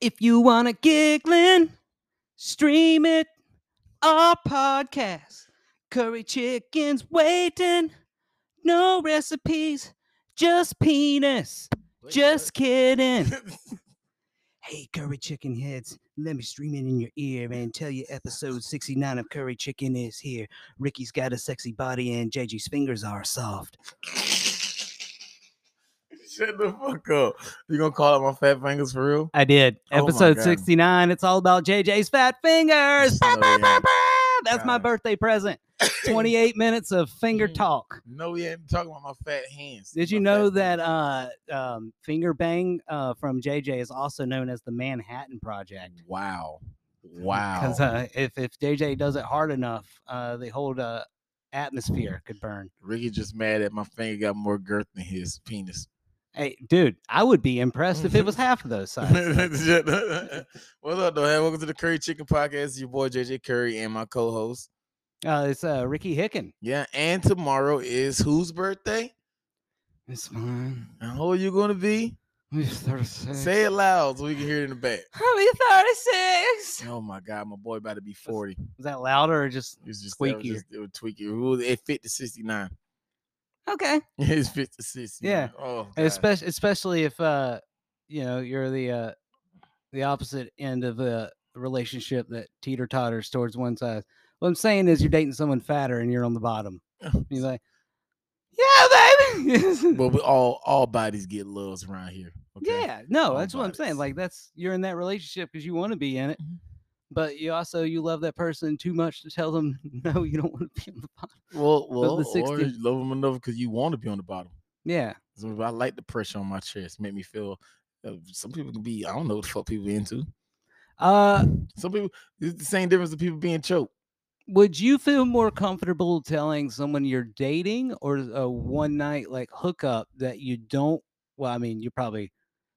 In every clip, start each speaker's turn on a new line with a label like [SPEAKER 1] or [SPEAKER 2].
[SPEAKER 1] If you want to gigglin', stream it. Our podcast. Curry chicken's waiting. No recipes, just penis. Just kidding. hey, curry chicken heads, let me stream it in your ear and tell you episode 69 of Curry Chicken is here. Ricky's got a sexy body and JG's fingers are soft.
[SPEAKER 2] Shut the fuck up. You gonna call out my fat fingers for real?
[SPEAKER 1] I did.
[SPEAKER 2] Oh my
[SPEAKER 1] Episode
[SPEAKER 2] God.
[SPEAKER 1] 69. It's all about JJ's fat fingers. Bah,
[SPEAKER 2] No,
[SPEAKER 1] bah,
[SPEAKER 2] yeah.
[SPEAKER 1] bah, bah. That's my
[SPEAKER 2] God.
[SPEAKER 1] birthday present. 28 minutes of
[SPEAKER 2] Mm.
[SPEAKER 1] finger talk.
[SPEAKER 2] No, we ain't talking about my fat hands.
[SPEAKER 1] Did you
[SPEAKER 2] My
[SPEAKER 1] know
[SPEAKER 2] fat
[SPEAKER 1] that
[SPEAKER 2] fingers.
[SPEAKER 1] uh, um, finger bang uh, from JJ is also known as the Manhattan Project?
[SPEAKER 2] Wow.
[SPEAKER 1] uh,
[SPEAKER 2] Wow.
[SPEAKER 1] Because uh, if if JJ does it hard enough, uh, the whole uh, atmosphere could burn.
[SPEAKER 2] Ricky just mad at my finger got more girth than his penis.
[SPEAKER 1] Hey, dude, I would be impressed if it was half of those sizes.
[SPEAKER 2] What's up, though? Hey, welcome to the Curry Chicken Podcast. Your boy JJ Curry and my co-host.
[SPEAKER 1] Uh, it's uh, Ricky Hicken.
[SPEAKER 2] Yeah, and tomorrow is whose birthday?
[SPEAKER 1] It's mine.
[SPEAKER 2] And who are you gonna be?
[SPEAKER 1] I'm 36.
[SPEAKER 2] Say it loud so we can hear it in the back.
[SPEAKER 1] I'm 36.
[SPEAKER 2] Oh my god, my boy about to be 40.
[SPEAKER 1] Was that louder or just
[SPEAKER 2] It's just It was,
[SPEAKER 1] Squeakier.
[SPEAKER 2] just, it was tweaky. It was it fit to 69.
[SPEAKER 1] okay?
[SPEAKER 2] It's fit to 69.
[SPEAKER 1] Yeah.
[SPEAKER 2] Oh, God.
[SPEAKER 1] Especially especially if uh, you know, you're the uh, the opposite end of a relationship that teeter totters towards one side. What I'm saying is, you're dating someone fatter and you're on the bottom. You're like, yeah, baby.
[SPEAKER 2] But we all all bodies get loves around here. Okay?
[SPEAKER 1] Yeah, no,
[SPEAKER 2] All
[SPEAKER 1] that's what I'm saying.
[SPEAKER 2] bodies.
[SPEAKER 1] Like that's you're in that relationship because you want to be in it,
[SPEAKER 2] Mhm.
[SPEAKER 1] but you also you love that person too much to tell them no, you don't want to be on the bottom.
[SPEAKER 2] Well,
[SPEAKER 1] the
[SPEAKER 2] well, or
[SPEAKER 1] 60.
[SPEAKER 2] you love them enough because you want to be on the bottom.
[SPEAKER 1] Yeah,
[SPEAKER 2] So I like the pressure on my chest. Make me feel. Uh, some people can be. I don't know what the fuck people into.
[SPEAKER 1] uh,
[SPEAKER 2] Some people. It's the same difference of people being choked.
[SPEAKER 1] would you feel more comfortable telling someone you're dating or a one night like hookup that you don't well i mean you probably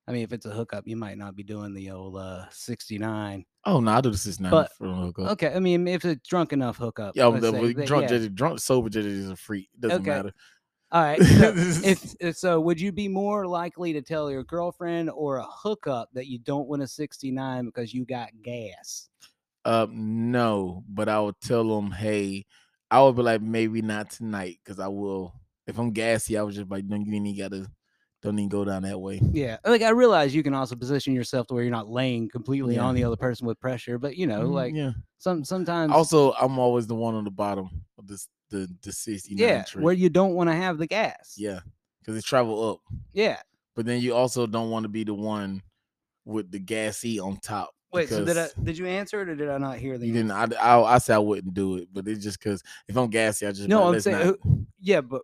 [SPEAKER 1] i mean if it's a hookup you might not be doing the old uh 69
[SPEAKER 2] Oh no, I do the six nine.
[SPEAKER 1] But-
[SPEAKER 2] for the hookup.
[SPEAKER 1] okay i mean if it's drunk enough hookup
[SPEAKER 2] Yeah,
[SPEAKER 1] let's
[SPEAKER 2] the,
[SPEAKER 1] say,
[SPEAKER 2] with
[SPEAKER 1] that-
[SPEAKER 2] drunk
[SPEAKER 1] yeah.
[SPEAKER 2] judge, drunk sober judge is a freak. Doesn't
[SPEAKER 1] Okay.
[SPEAKER 2] matter.
[SPEAKER 1] all right so, if, if so would you be more likely to tell your girlfriend or a hookup that you don't want a 69 because you got gas
[SPEAKER 2] Uh, no, but I would tell them, hey, I would be like, maybe not tonight, because I will. If I'm gassy, I was just like, don't you even gotta, don't even go down that way.
[SPEAKER 1] Yeah, like I realize you can also position yourself to where you're not laying completely
[SPEAKER 2] Yeah.
[SPEAKER 1] on the other person with pressure, but you know,
[SPEAKER 2] Mhm,
[SPEAKER 1] like
[SPEAKER 2] yeah.
[SPEAKER 1] some sometimes,
[SPEAKER 2] Also, I'm always the one on the bottom of this the the 69
[SPEAKER 1] yeah,
[SPEAKER 2] tree.
[SPEAKER 1] where you don't want to have the gas.
[SPEAKER 2] yeah, because it travel up,
[SPEAKER 1] yeah.
[SPEAKER 2] but then you also don't want to be the one with the gassy on top.
[SPEAKER 1] Wait, so did I,
[SPEAKER 2] because
[SPEAKER 1] did you answer it or did I not hear the?
[SPEAKER 2] You
[SPEAKER 1] answer?
[SPEAKER 2] didn't. I, I I say I wouldn't do it, but it's just because if I'm gassy, I just be
[SPEAKER 1] No,
[SPEAKER 2] like,
[SPEAKER 1] I'm
[SPEAKER 2] "Let's
[SPEAKER 1] saying
[SPEAKER 2] not."
[SPEAKER 1] Yeah, but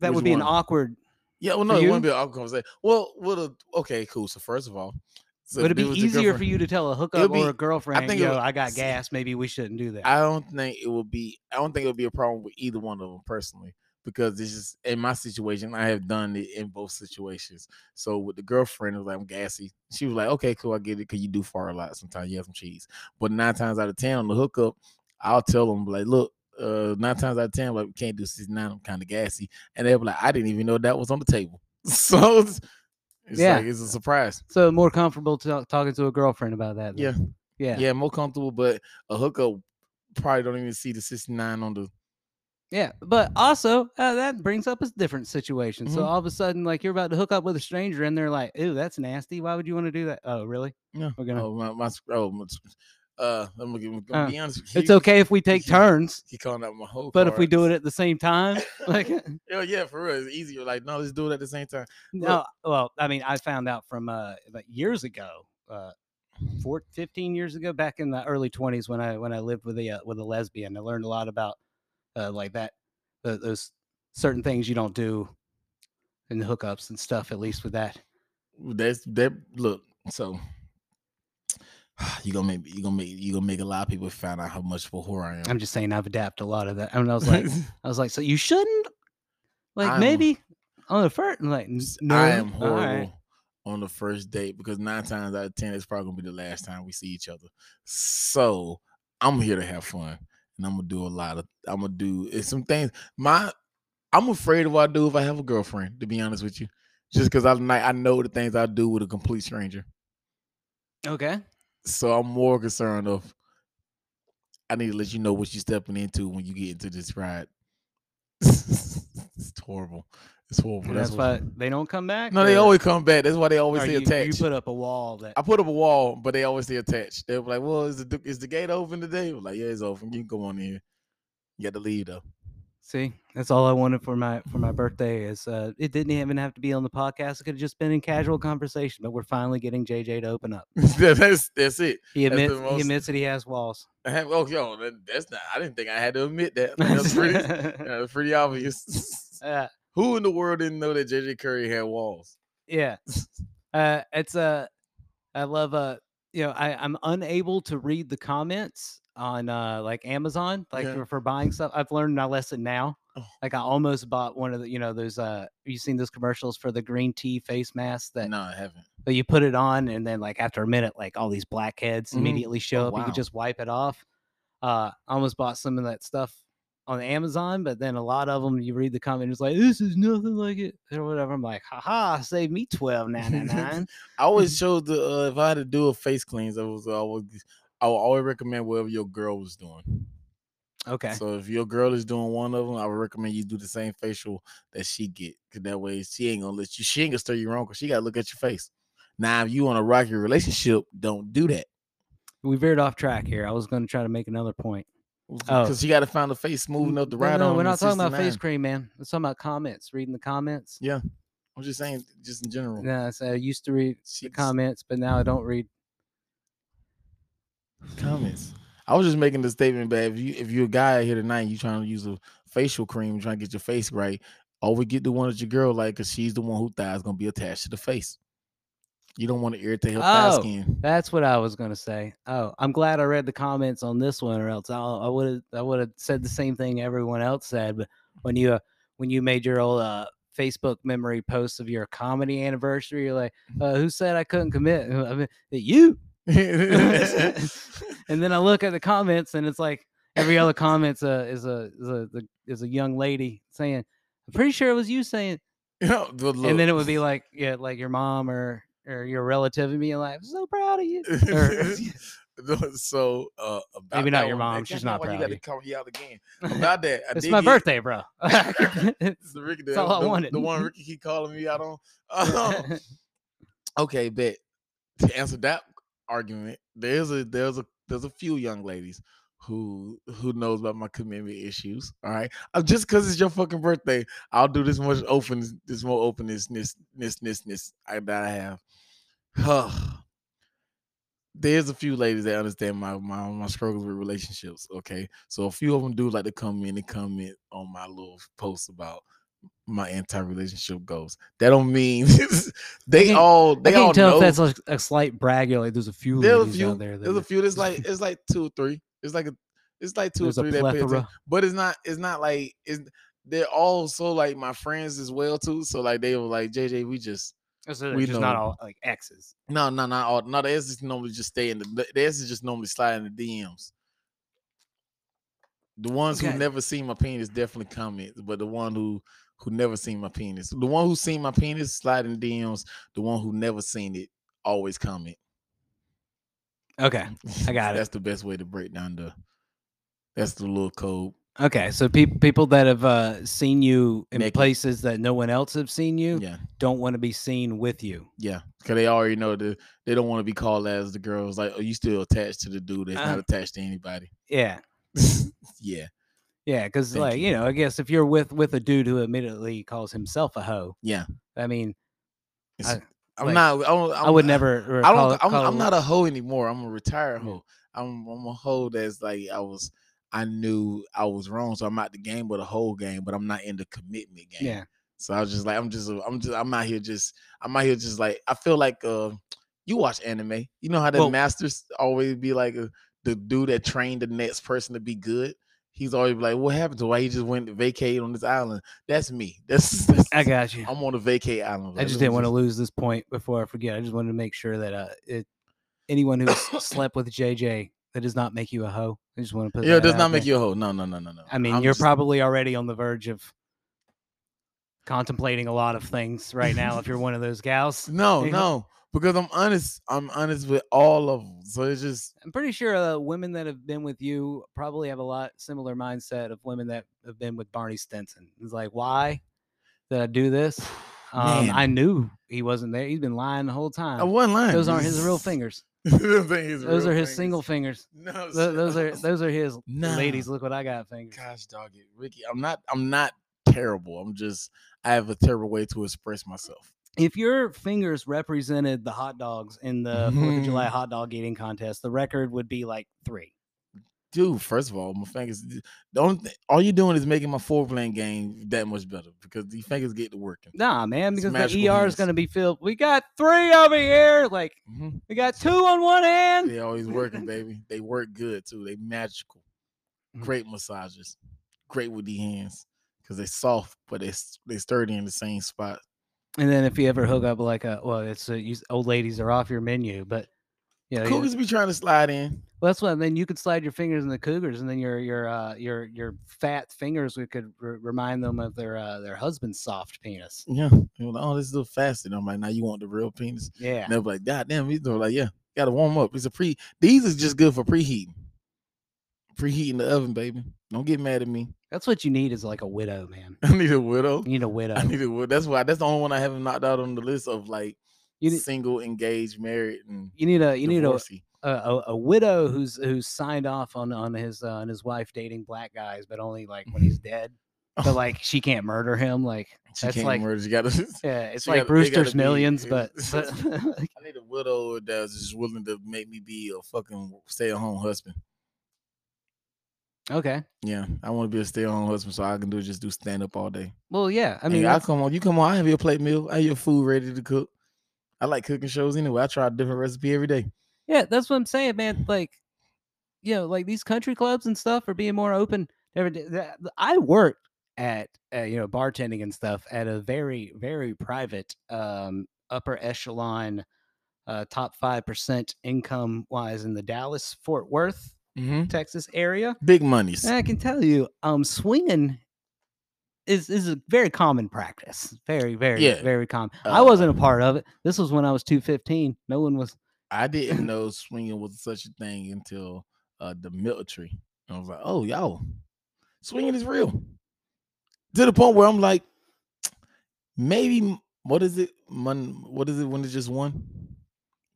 [SPEAKER 1] that
[SPEAKER 2] Which
[SPEAKER 1] would be an
[SPEAKER 2] one?
[SPEAKER 1] awkward.
[SPEAKER 2] Yeah, well,
[SPEAKER 1] For
[SPEAKER 2] no, it
[SPEAKER 1] you?
[SPEAKER 2] wouldn't be an awkward conversation. Well, would a okay, cool. So first of all, so
[SPEAKER 1] would it
[SPEAKER 2] if
[SPEAKER 1] be
[SPEAKER 2] was your
[SPEAKER 1] easier for
[SPEAKER 2] girlfriend-
[SPEAKER 1] you to tell a hookup
[SPEAKER 2] be-
[SPEAKER 1] or a girlfriend?
[SPEAKER 2] think it
[SPEAKER 1] Yo,
[SPEAKER 2] would-
[SPEAKER 1] I got
[SPEAKER 2] see,
[SPEAKER 1] gas. Maybe we shouldn't do that.
[SPEAKER 2] I don't think it would be. I don't think it would be a problem with either one of them personally, because it's just in my situation. I have done it in both situations. So with the girlfriend, it was like I'm gassy. She was like, "Okay, cool, I get it, cause you do fart a lot sometimes. You have some cheese." But nine times out of ten on the hookup, I'll tell them like, "Look." Uh, nine times out of ten, like we can't do six nine. I'm kind of gassy, and they'll be like, "I didn't even know that was on the table." So it's, it's
[SPEAKER 1] Yeah.
[SPEAKER 2] like it's a surprise.
[SPEAKER 1] so more comfortable to, talking to a girlfriend about that.
[SPEAKER 2] Yeah.
[SPEAKER 1] then. yeah,
[SPEAKER 2] yeah. more comfortable. But a hookup probably don't even see the 69 on the
[SPEAKER 1] Yeah, but also uh, that brings up a different situation. So
[SPEAKER 2] Mhm.
[SPEAKER 1] all of a sudden, like you're about to hook up with a stranger, and they're like, "Ew, that's nasty. Why would you want to do that?" Oh, really?
[SPEAKER 2] no.
[SPEAKER 1] We're gonna-
[SPEAKER 2] Oh, my, my sc- oh, my s- uh, I'm gonna, give- I'm gonna
[SPEAKER 1] Uh,
[SPEAKER 2] be honest. With you.
[SPEAKER 1] It's okay if we take
[SPEAKER 2] yeah,
[SPEAKER 1] turns,
[SPEAKER 2] He calling out my whole.
[SPEAKER 1] but if we do it at the same time, like
[SPEAKER 2] oh yeah, for real, it's easier. Like no, let's do it at the same time.
[SPEAKER 1] no. Well, I mean, I found out from uh about years ago, uh, four, 15 years ago, back in the early 20s when I when I lived with a uh, with a lesbian, I learned a lot about uh, like that tho- those certain things you don't do in the hookups and stuff. At least with that.
[SPEAKER 2] That's that. Look, so you gonna make you gonna make you gonna make a lot of people find out how much of a whore I am.
[SPEAKER 1] I'm just saying I've adapted a lot of that. I mean, I was like, I was like, so you shouldn't, like
[SPEAKER 2] I'm-
[SPEAKER 1] maybe on the first, I'm like, "N-
[SPEAKER 2] S-
[SPEAKER 1] no,
[SPEAKER 2] I am
[SPEAKER 1] all
[SPEAKER 2] horrible
[SPEAKER 1] right."
[SPEAKER 2] on the first date because nine times out of ten, it's probably gonna be the last time we see each other. So I'm here to have fun, and I'm gonna do a lot of. I'm gonna do it's some things. My I'm afraid of what I do if I have a girlfriend. To be honest with you, just because I like I know the things I do with a complete stranger.
[SPEAKER 1] Okay.
[SPEAKER 2] So I'm more concerned of I need to let you know what you're stepping into when you get into this ride. it's horrible. It's horrible.
[SPEAKER 1] And that's
[SPEAKER 2] what-
[SPEAKER 1] why they don't come back.
[SPEAKER 2] No, they
[SPEAKER 1] or-
[SPEAKER 2] always come back. That's why they always
[SPEAKER 1] or
[SPEAKER 2] say
[SPEAKER 1] you,
[SPEAKER 2] attached.
[SPEAKER 1] you put up a wall that
[SPEAKER 2] I put up a wall, but they always say attached. They were like, "Well, is the is the gate open today?" We're like, "Yeah, it's open. You can go on in." You got to leave though.
[SPEAKER 1] See, that's all I wanted for my for my birthday. Is uh, it didn't even have to be on the podcast. It could have just been in casual
[SPEAKER 2] Mm-hmm.
[SPEAKER 1] conversation. But we're finally getting JJ to open up.
[SPEAKER 2] that's that's it.
[SPEAKER 1] He
[SPEAKER 2] That's the
[SPEAKER 1] admits
[SPEAKER 2] most-
[SPEAKER 1] he admits that he has walls.
[SPEAKER 2] I have, oh, yo, that, that's not. I didn't think I had to admit that. I think That's pretty. yeah, that's pretty obvious.
[SPEAKER 1] uh,
[SPEAKER 2] Who in the world didn't know that JJ Curry had walls?
[SPEAKER 1] yeah, uh, it's uh, I love uh, you know, I I'm unable to read the comments on uh like Amazon like
[SPEAKER 2] Yeah.
[SPEAKER 1] for, for buying stuff. I've learned my lesson now.
[SPEAKER 2] Oh.
[SPEAKER 1] Like I almost bought one of the you know those uh you seen those commercials for the green tea face mask that
[SPEAKER 2] no, I haven't.
[SPEAKER 1] but you put it on and then like after a minute like all these blackheads
[SPEAKER 2] Mhm.
[SPEAKER 1] immediately show
[SPEAKER 2] Oh,
[SPEAKER 1] up you
[SPEAKER 2] wow.
[SPEAKER 1] could just wipe it off uh i almost bought some of that stuff on amazon but then a lot of them you read the comment it's like this is nothing like it or whatever i'm like haha save me 12.99
[SPEAKER 2] I always chose the uh, if I had to do a face cleanse, I was always I would always recommend whatever your girl was doing.
[SPEAKER 1] okay
[SPEAKER 2] So if your girl is doing one of them, I would recommend you do the same facial that she get, cause that way she ain't gonna let you. She ain't gonna stir you wrong, cause she gotta look at your face. Now, if you want to rock your relationship, don't do that,
[SPEAKER 1] we veered off track here i was going to try to make another point Oh.
[SPEAKER 2] cause you gotta find a face smooth enough to
[SPEAKER 1] No,
[SPEAKER 2] ride
[SPEAKER 1] no,
[SPEAKER 2] on.
[SPEAKER 1] we're
[SPEAKER 2] in
[SPEAKER 1] not talking about face
[SPEAKER 2] 69.
[SPEAKER 1] cream man we're talking about comments reading the comments
[SPEAKER 2] Yeah, I'm just saying, just in general.
[SPEAKER 1] yeah so i used to read
[SPEAKER 2] She
[SPEAKER 1] the
[SPEAKER 2] just-
[SPEAKER 1] comments but now i don't read
[SPEAKER 2] comments. I was just making the statement that if you if you're a guy out here tonight, you trying to use a facial cream, trying to get your face right, always get the one that your girl like, cause she's the one who thighs gonna be attached to the face. You don't want to irritate her thigh
[SPEAKER 1] Oh.
[SPEAKER 2] skin.
[SPEAKER 1] That's what I was gonna say. Oh, I'm glad I read the comments on this one, or else I'll, I would have I would have said the same thing everyone else said. But when you uh, when you made your old uh, Facebook memory post of your comedy anniversary, you're like, uh, "Who said I couldn't commit?" And I mean, you. And then I look at the comments, and it's like every other comments uh, is a is a the- is a young lady saying, "I'm pretty sure it was you saying,"
[SPEAKER 2] Yeah, but look.
[SPEAKER 1] and then it would be like, yeah, like your mom or or your relative, and being like, "I'm so proud of you." or-
[SPEAKER 2] No, so uh, about
[SPEAKER 1] Maybe not
[SPEAKER 2] that
[SPEAKER 1] your
[SPEAKER 2] one,
[SPEAKER 1] mom,
[SPEAKER 2] man,
[SPEAKER 1] she's
[SPEAKER 2] goddamn,
[SPEAKER 1] not
[SPEAKER 2] why
[SPEAKER 1] proud
[SPEAKER 2] You
[SPEAKER 1] of
[SPEAKER 2] got to
[SPEAKER 1] you.
[SPEAKER 2] call me out again about that. I
[SPEAKER 1] it's
[SPEAKER 2] did
[SPEAKER 1] my
[SPEAKER 2] get-
[SPEAKER 1] birthday, bro.
[SPEAKER 2] It's the Ricky.
[SPEAKER 1] That's all I
[SPEAKER 2] the-
[SPEAKER 1] wanted.
[SPEAKER 2] The one Ricky keep calling me out on. Um, Okay, bet. To answer that argument, there's a there's a there's a few young ladies who who knows about my commitment issues. All right, uh, just because it's your fucking birthday, I'll do this much openness, this more openness, this this this this I that I have. Huh. There's a few ladies that understand my, my my struggles with relationships. Okay, so a few of them do like to come in and comment on my little post about my anti-relationship goals. That don't mean they
[SPEAKER 1] can't-
[SPEAKER 2] all they
[SPEAKER 1] I can't
[SPEAKER 2] all
[SPEAKER 1] tell
[SPEAKER 2] know
[SPEAKER 1] if that's like a slight brag. You're like, there's a few
[SPEAKER 2] there's a
[SPEAKER 1] ladies
[SPEAKER 2] few.
[SPEAKER 1] out there. that
[SPEAKER 2] There's a
[SPEAKER 1] li-
[SPEAKER 2] few. It's like it's like two or three. It's like a it's like two
[SPEAKER 1] There's
[SPEAKER 2] or
[SPEAKER 1] a
[SPEAKER 2] three that pay attention.
[SPEAKER 1] plethora.
[SPEAKER 2] But it's not it's not like it's they're all so like my friends as well too. So like they were like JJ, we just
[SPEAKER 1] So they're
[SPEAKER 2] we
[SPEAKER 1] just not
[SPEAKER 2] know.
[SPEAKER 1] all like exes.
[SPEAKER 2] no no not all no theirs is normally just stay in the theirs is just normally slide in the DMs. The ones
[SPEAKER 1] Okay.
[SPEAKER 2] who never seen my penis definitely comment, but the one who who never seen my penis, the one who seen my penis slide in DMs, the one who never seen it always comment.
[SPEAKER 1] Okay. I got it.
[SPEAKER 2] That's the best way to break down the. That's the little code.
[SPEAKER 1] Okay. So people people that have uh, seen you in
[SPEAKER 2] Naked.
[SPEAKER 1] places that no one else have seen you
[SPEAKER 2] Yeah,
[SPEAKER 1] don't want to be seen with you.
[SPEAKER 2] yeah. Cause they already know that they don't want to be called as the girls. Like, oh, you still attached to the dude that's
[SPEAKER 1] Um,
[SPEAKER 2] not attached to anybody.
[SPEAKER 1] Yeah.
[SPEAKER 2] yeah,
[SPEAKER 1] Yeah. Because
[SPEAKER 2] Thank
[SPEAKER 1] like you know, I guess if you're with with a dude who immediately calls himself a hoe,
[SPEAKER 2] yeah.
[SPEAKER 1] I mean,
[SPEAKER 2] It's-
[SPEAKER 1] I-
[SPEAKER 2] I'm
[SPEAKER 1] like,
[SPEAKER 2] not. I, don't,
[SPEAKER 1] I
[SPEAKER 2] I'm-
[SPEAKER 1] would never.
[SPEAKER 2] I don't. I'm, I'm not a hoe anymore. I'm a retired
[SPEAKER 1] Yeah.
[SPEAKER 2] hoe. I'm, I'm a hoe that's like I was. I knew I was wrong, so I'm out the game, but a whole game. But I'm not in the commitment game.
[SPEAKER 1] Yeah.
[SPEAKER 2] So I was just like, I'm just, I'm just, I'm out here just, I'm out here just like, I feel like, uh, you watch anime, you know how the
[SPEAKER 1] Well-
[SPEAKER 2] masters always be like uh the dude that trained the next person to be good. He's always like, what happened to why he just went to vacate on this island? That's me. That's, that's
[SPEAKER 1] Mm, I got you.
[SPEAKER 2] I'm on a vacate island.
[SPEAKER 1] I just didn't want to lose this point before I forget. I just wanted to make sure that uh, it, anyone who s- slept with JJ that does not make you a hoe. I just want to put.
[SPEAKER 2] Yeah, it
[SPEAKER 1] that
[SPEAKER 2] does
[SPEAKER 1] out
[SPEAKER 2] not make
[SPEAKER 1] there.
[SPEAKER 2] you a hoe. No, no, no, no, no.
[SPEAKER 1] I mean,
[SPEAKER 2] I'm
[SPEAKER 1] you're
[SPEAKER 2] just-
[SPEAKER 1] probably already on the verge of contemplating a lot of things right now. If you're one of those gals,
[SPEAKER 2] no,
[SPEAKER 1] you know?
[SPEAKER 2] no. because I'm honest. I'm honest with all of them. So it's just
[SPEAKER 1] I'm pretty sure uh, women that have been with you probably have a lot similar mindset of women that have been with Barney Stinson. It's like, why did I do this? Um,
[SPEAKER 2] Man.
[SPEAKER 1] I knew he wasn't there. He's been lying the whole time.
[SPEAKER 2] I wasn't lying.
[SPEAKER 1] Uh, Those aren't his real
[SPEAKER 2] This is-
[SPEAKER 1] fingers.
[SPEAKER 2] those ain't his
[SPEAKER 1] Those
[SPEAKER 2] real
[SPEAKER 1] are his
[SPEAKER 2] fingers.
[SPEAKER 1] single fingers.
[SPEAKER 2] No,
[SPEAKER 1] Tho- Those are
[SPEAKER 2] shut up.
[SPEAKER 1] those are his
[SPEAKER 2] Nah.
[SPEAKER 1] ladies. Look what I got fingers.
[SPEAKER 2] Gosh, dog it, Ricky. I'm not. I'm not terrible. I'm just. I have a terrible way to express myself.
[SPEAKER 1] If your fingers represented the hot dogs in the Fourth of
[SPEAKER 2] Mm-hmm.
[SPEAKER 1] July hot dog eating contest, the record would be like three.
[SPEAKER 2] Dude, first of all, my fingers. The only thing, all you're doing is making my four playing game that much better because the fingers get to working.
[SPEAKER 1] Nah, man,
[SPEAKER 2] It's
[SPEAKER 1] because
[SPEAKER 2] magical
[SPEAKER 1] the ER
[SPEAKER 2] hands.
[SPEAKER 1] is going to be filled. We got three over here. Like
[SPEAKER 2] Mhm.
[SPEAKER 1] we got two on one hand.
[SPEAKER 2] They always working, baby. They work good too. They magical.
[SPEAKER 1] Mhm.
[SPEAKER 2] Great massages. Great with the hands because they soft, but they s- they sturdy in the same spot.
[SPEAKER 1] And then if you ever hook up like a well, it's a, you, old ladies are off your menu, but you know, you-
[SPEAKER 2] Cougars be trying to slide in.
[SPEAKER 1] well, that's what. Then you could slide your fingers in the cougars, and then your your uh, your your fat fingers we could re- remind them of their uh, their husband's soft penis.
[SPEAKER 2] Yeah. They're like, oh, this is a fasting. I'm like, now you want the real penis?
[SPEAKER 1] Yeah,
[SPEAKER 2] And they're like, God damn, these are like, yeah, gotta warm up. It's a pre these is just good for preheating. Preheating the oven, baby. Don't get mad at me.
[SPEAKER 1] that's what you need is like a widow, man.
[SPEAKER 2] I need a widow.
[SPEAKER 1] You need a widow.
[SPEAKER 2] I need a widow. That's why that's the only one I haven't knocked out on the list of like
[SPEAKER 1] you need
[SPEAKER 2] single, engaged, married, and
[SPEAKER 1] you need a you need a,
[SPEAKER 2] divorcee.
[SPEAKER 1] a a- a widow who's who's signed off on on his uh, on his wife dating black guys, but only like
[SPEAKER 2] Mm-hmm.
[SPEAKER 1] when he's dead. But like she can't murder him. Like
[SPEAKER 2] she
[SPEAKER 1] that's
[SPEAKER 2] can't
[SPEAKER 1] like
[SPEAKER 2] murder. She gotta
[SPEAKER 1] yeah, it's
[SPEAKER 2] she
[SPEAKER 1] like
[SPEAKER 2] gotta- they gotta
[SPEAKER 1] Brewster's
[SPEAKER 2] be-
[SPEAKER 1] Millions,
[SPEAKER 2] it-
[SPEAKER 1] but, but
[SPEAKER 2] I need a widow that's just willing to make me be a fucking stay at home husband.
[SPEAKER 1] okay.
[SPEAKER 2] Yeah, I want to be a stay at home husband so I can do just do stand up all day.
[SPEAKER 1] Well, yeah. I
[SPEAKER 2] I
[SPEAKER 1] mean,
[SPEAKER 2] I
[SPEAKER 1] that's-
[SPEAKER 2] come on, you come on. I have your plate meal. I have your food ready to cook. I like cooking shows anyway. I try a different recipe every day.
[SPEAKER 1] yeah, that's what I'm saying, man. Like, you know, like these country clubs and stuff are being more open. Every day. That- th- I worked at uh, you know bartending and stuff at a very very private um, upper echelon, uh, top five percent income wise in the Dallas Fort Worth
[SPEAKER 2] Mm-hmm.
[SPEAKER 1] Texas area.
[SPEAKER 2] Big monies.
[SPEAKER 1] And I can tell you, um, swinging is is a very common practice. Very, very,
[SPEAKER 2] Yeah.
[SPEAKER 1] very common. I wasn't a part of it. This was when I was two fifteen. No one was.
[SPEAKER 2] I didn't know swinging was such a thing until uh, the military. And I was like, oh, y'all, swinging is real. To the point where I'm like, maybe m- what is it? Mon, what is it when it's just one?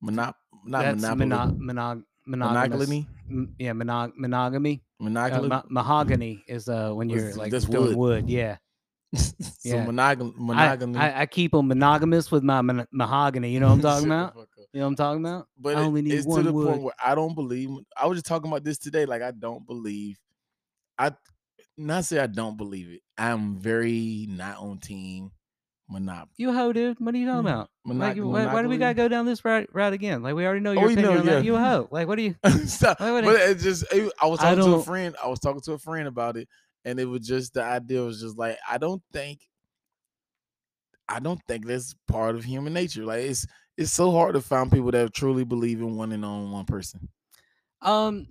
[SPEAKER 2] Monop, not
[SPEAKER 1] that's
[SPEAKER 2] monopoly.
[SPEAKER 1] mono, monog, monogamous-
[SPEAKER 2] monogamy.
[SPEAKER 1] m- Yeah, monog, monogamy. Uh,
[SPEAKER 2] Monogamy.
[SPEAKER 1] ma- mahogany is uh when
[SPEAKER 2] What's
[SPEAKER 1] you're
[SPEAKER 2] th-
[SPEAKER 1] like
[SPEAKER 2] that's
[SPEAKER 1] doing
[SPEAKER 2] wood.
[SPEAKER 1] wood. Yeah,
[SPEAKER 2] so
[SPEAKER 1] yeah.
[SPEAKER 2] monogam-
[SPEAKER 1] I-
[SPEAKER 2] monogamy.
[SPEAKER 1] I, I, keep them monogamous with my mon- mahogany. You know what I'm talking
[SPEAKER 2] Shut the
[SPEAKER 1] about?
[SPEAKER 2] fuck up.
[SPEAKER 1] You know what I'm talking about?
[SPEAKER 2] but
[SPEAKER 1] I
[SPEAKER 2] it-
[SPEAKER 1] only need
[SPEAKER 2] it's
[SPEAKER 1] one
[SPEAKER 2] to the
[SPEAKER 1] wood.
[SPEAKER 2] point where I don't believe. I was just talking about this today. Like I don't believe. I not say I don't believe it. I'm very not on team monop.
[SPEAKER 1] You hoe, dude. What are you talking
[SPEAKER 2] Yeah.
[SPEAKER 1] about?
[SPEAKER 2] monog-
[SPEAKER 1] Like, why, why do we gotta
[SPEAKER 2] monopoly.
[SPEAKER 1] go down this route, route again? Like, we already know
[SPEAKER 2] Oh,
[SPEAKER 1] your
[SPEAKER 2] we
[SPEAKER 1] opinion
[SPEAKER 2] know,
[SPEAKER 1] on that.
[SPEAKER 2] yeah.
[SPEAKER 1] You a hoe. Like, what are you?
[SPEAKER 2] Stop.
[SPEAKER 1] Why would
[SPEAKER 2] But
[SPEAKER 1] I-
[SPEAKER 2] it just it- I was
[SPEAKER 1] I
[SPEAKER 2] talking to a
[SPEAKER 1] don't-
[SPEAKER 2] friend. I was talking to a friend about it, and it was just the idea was just like I don't think. I don't think that's part of human nature. Like it's it's so hard to find people that truly believe in one and on one person.
[SPEAKER 1] Um,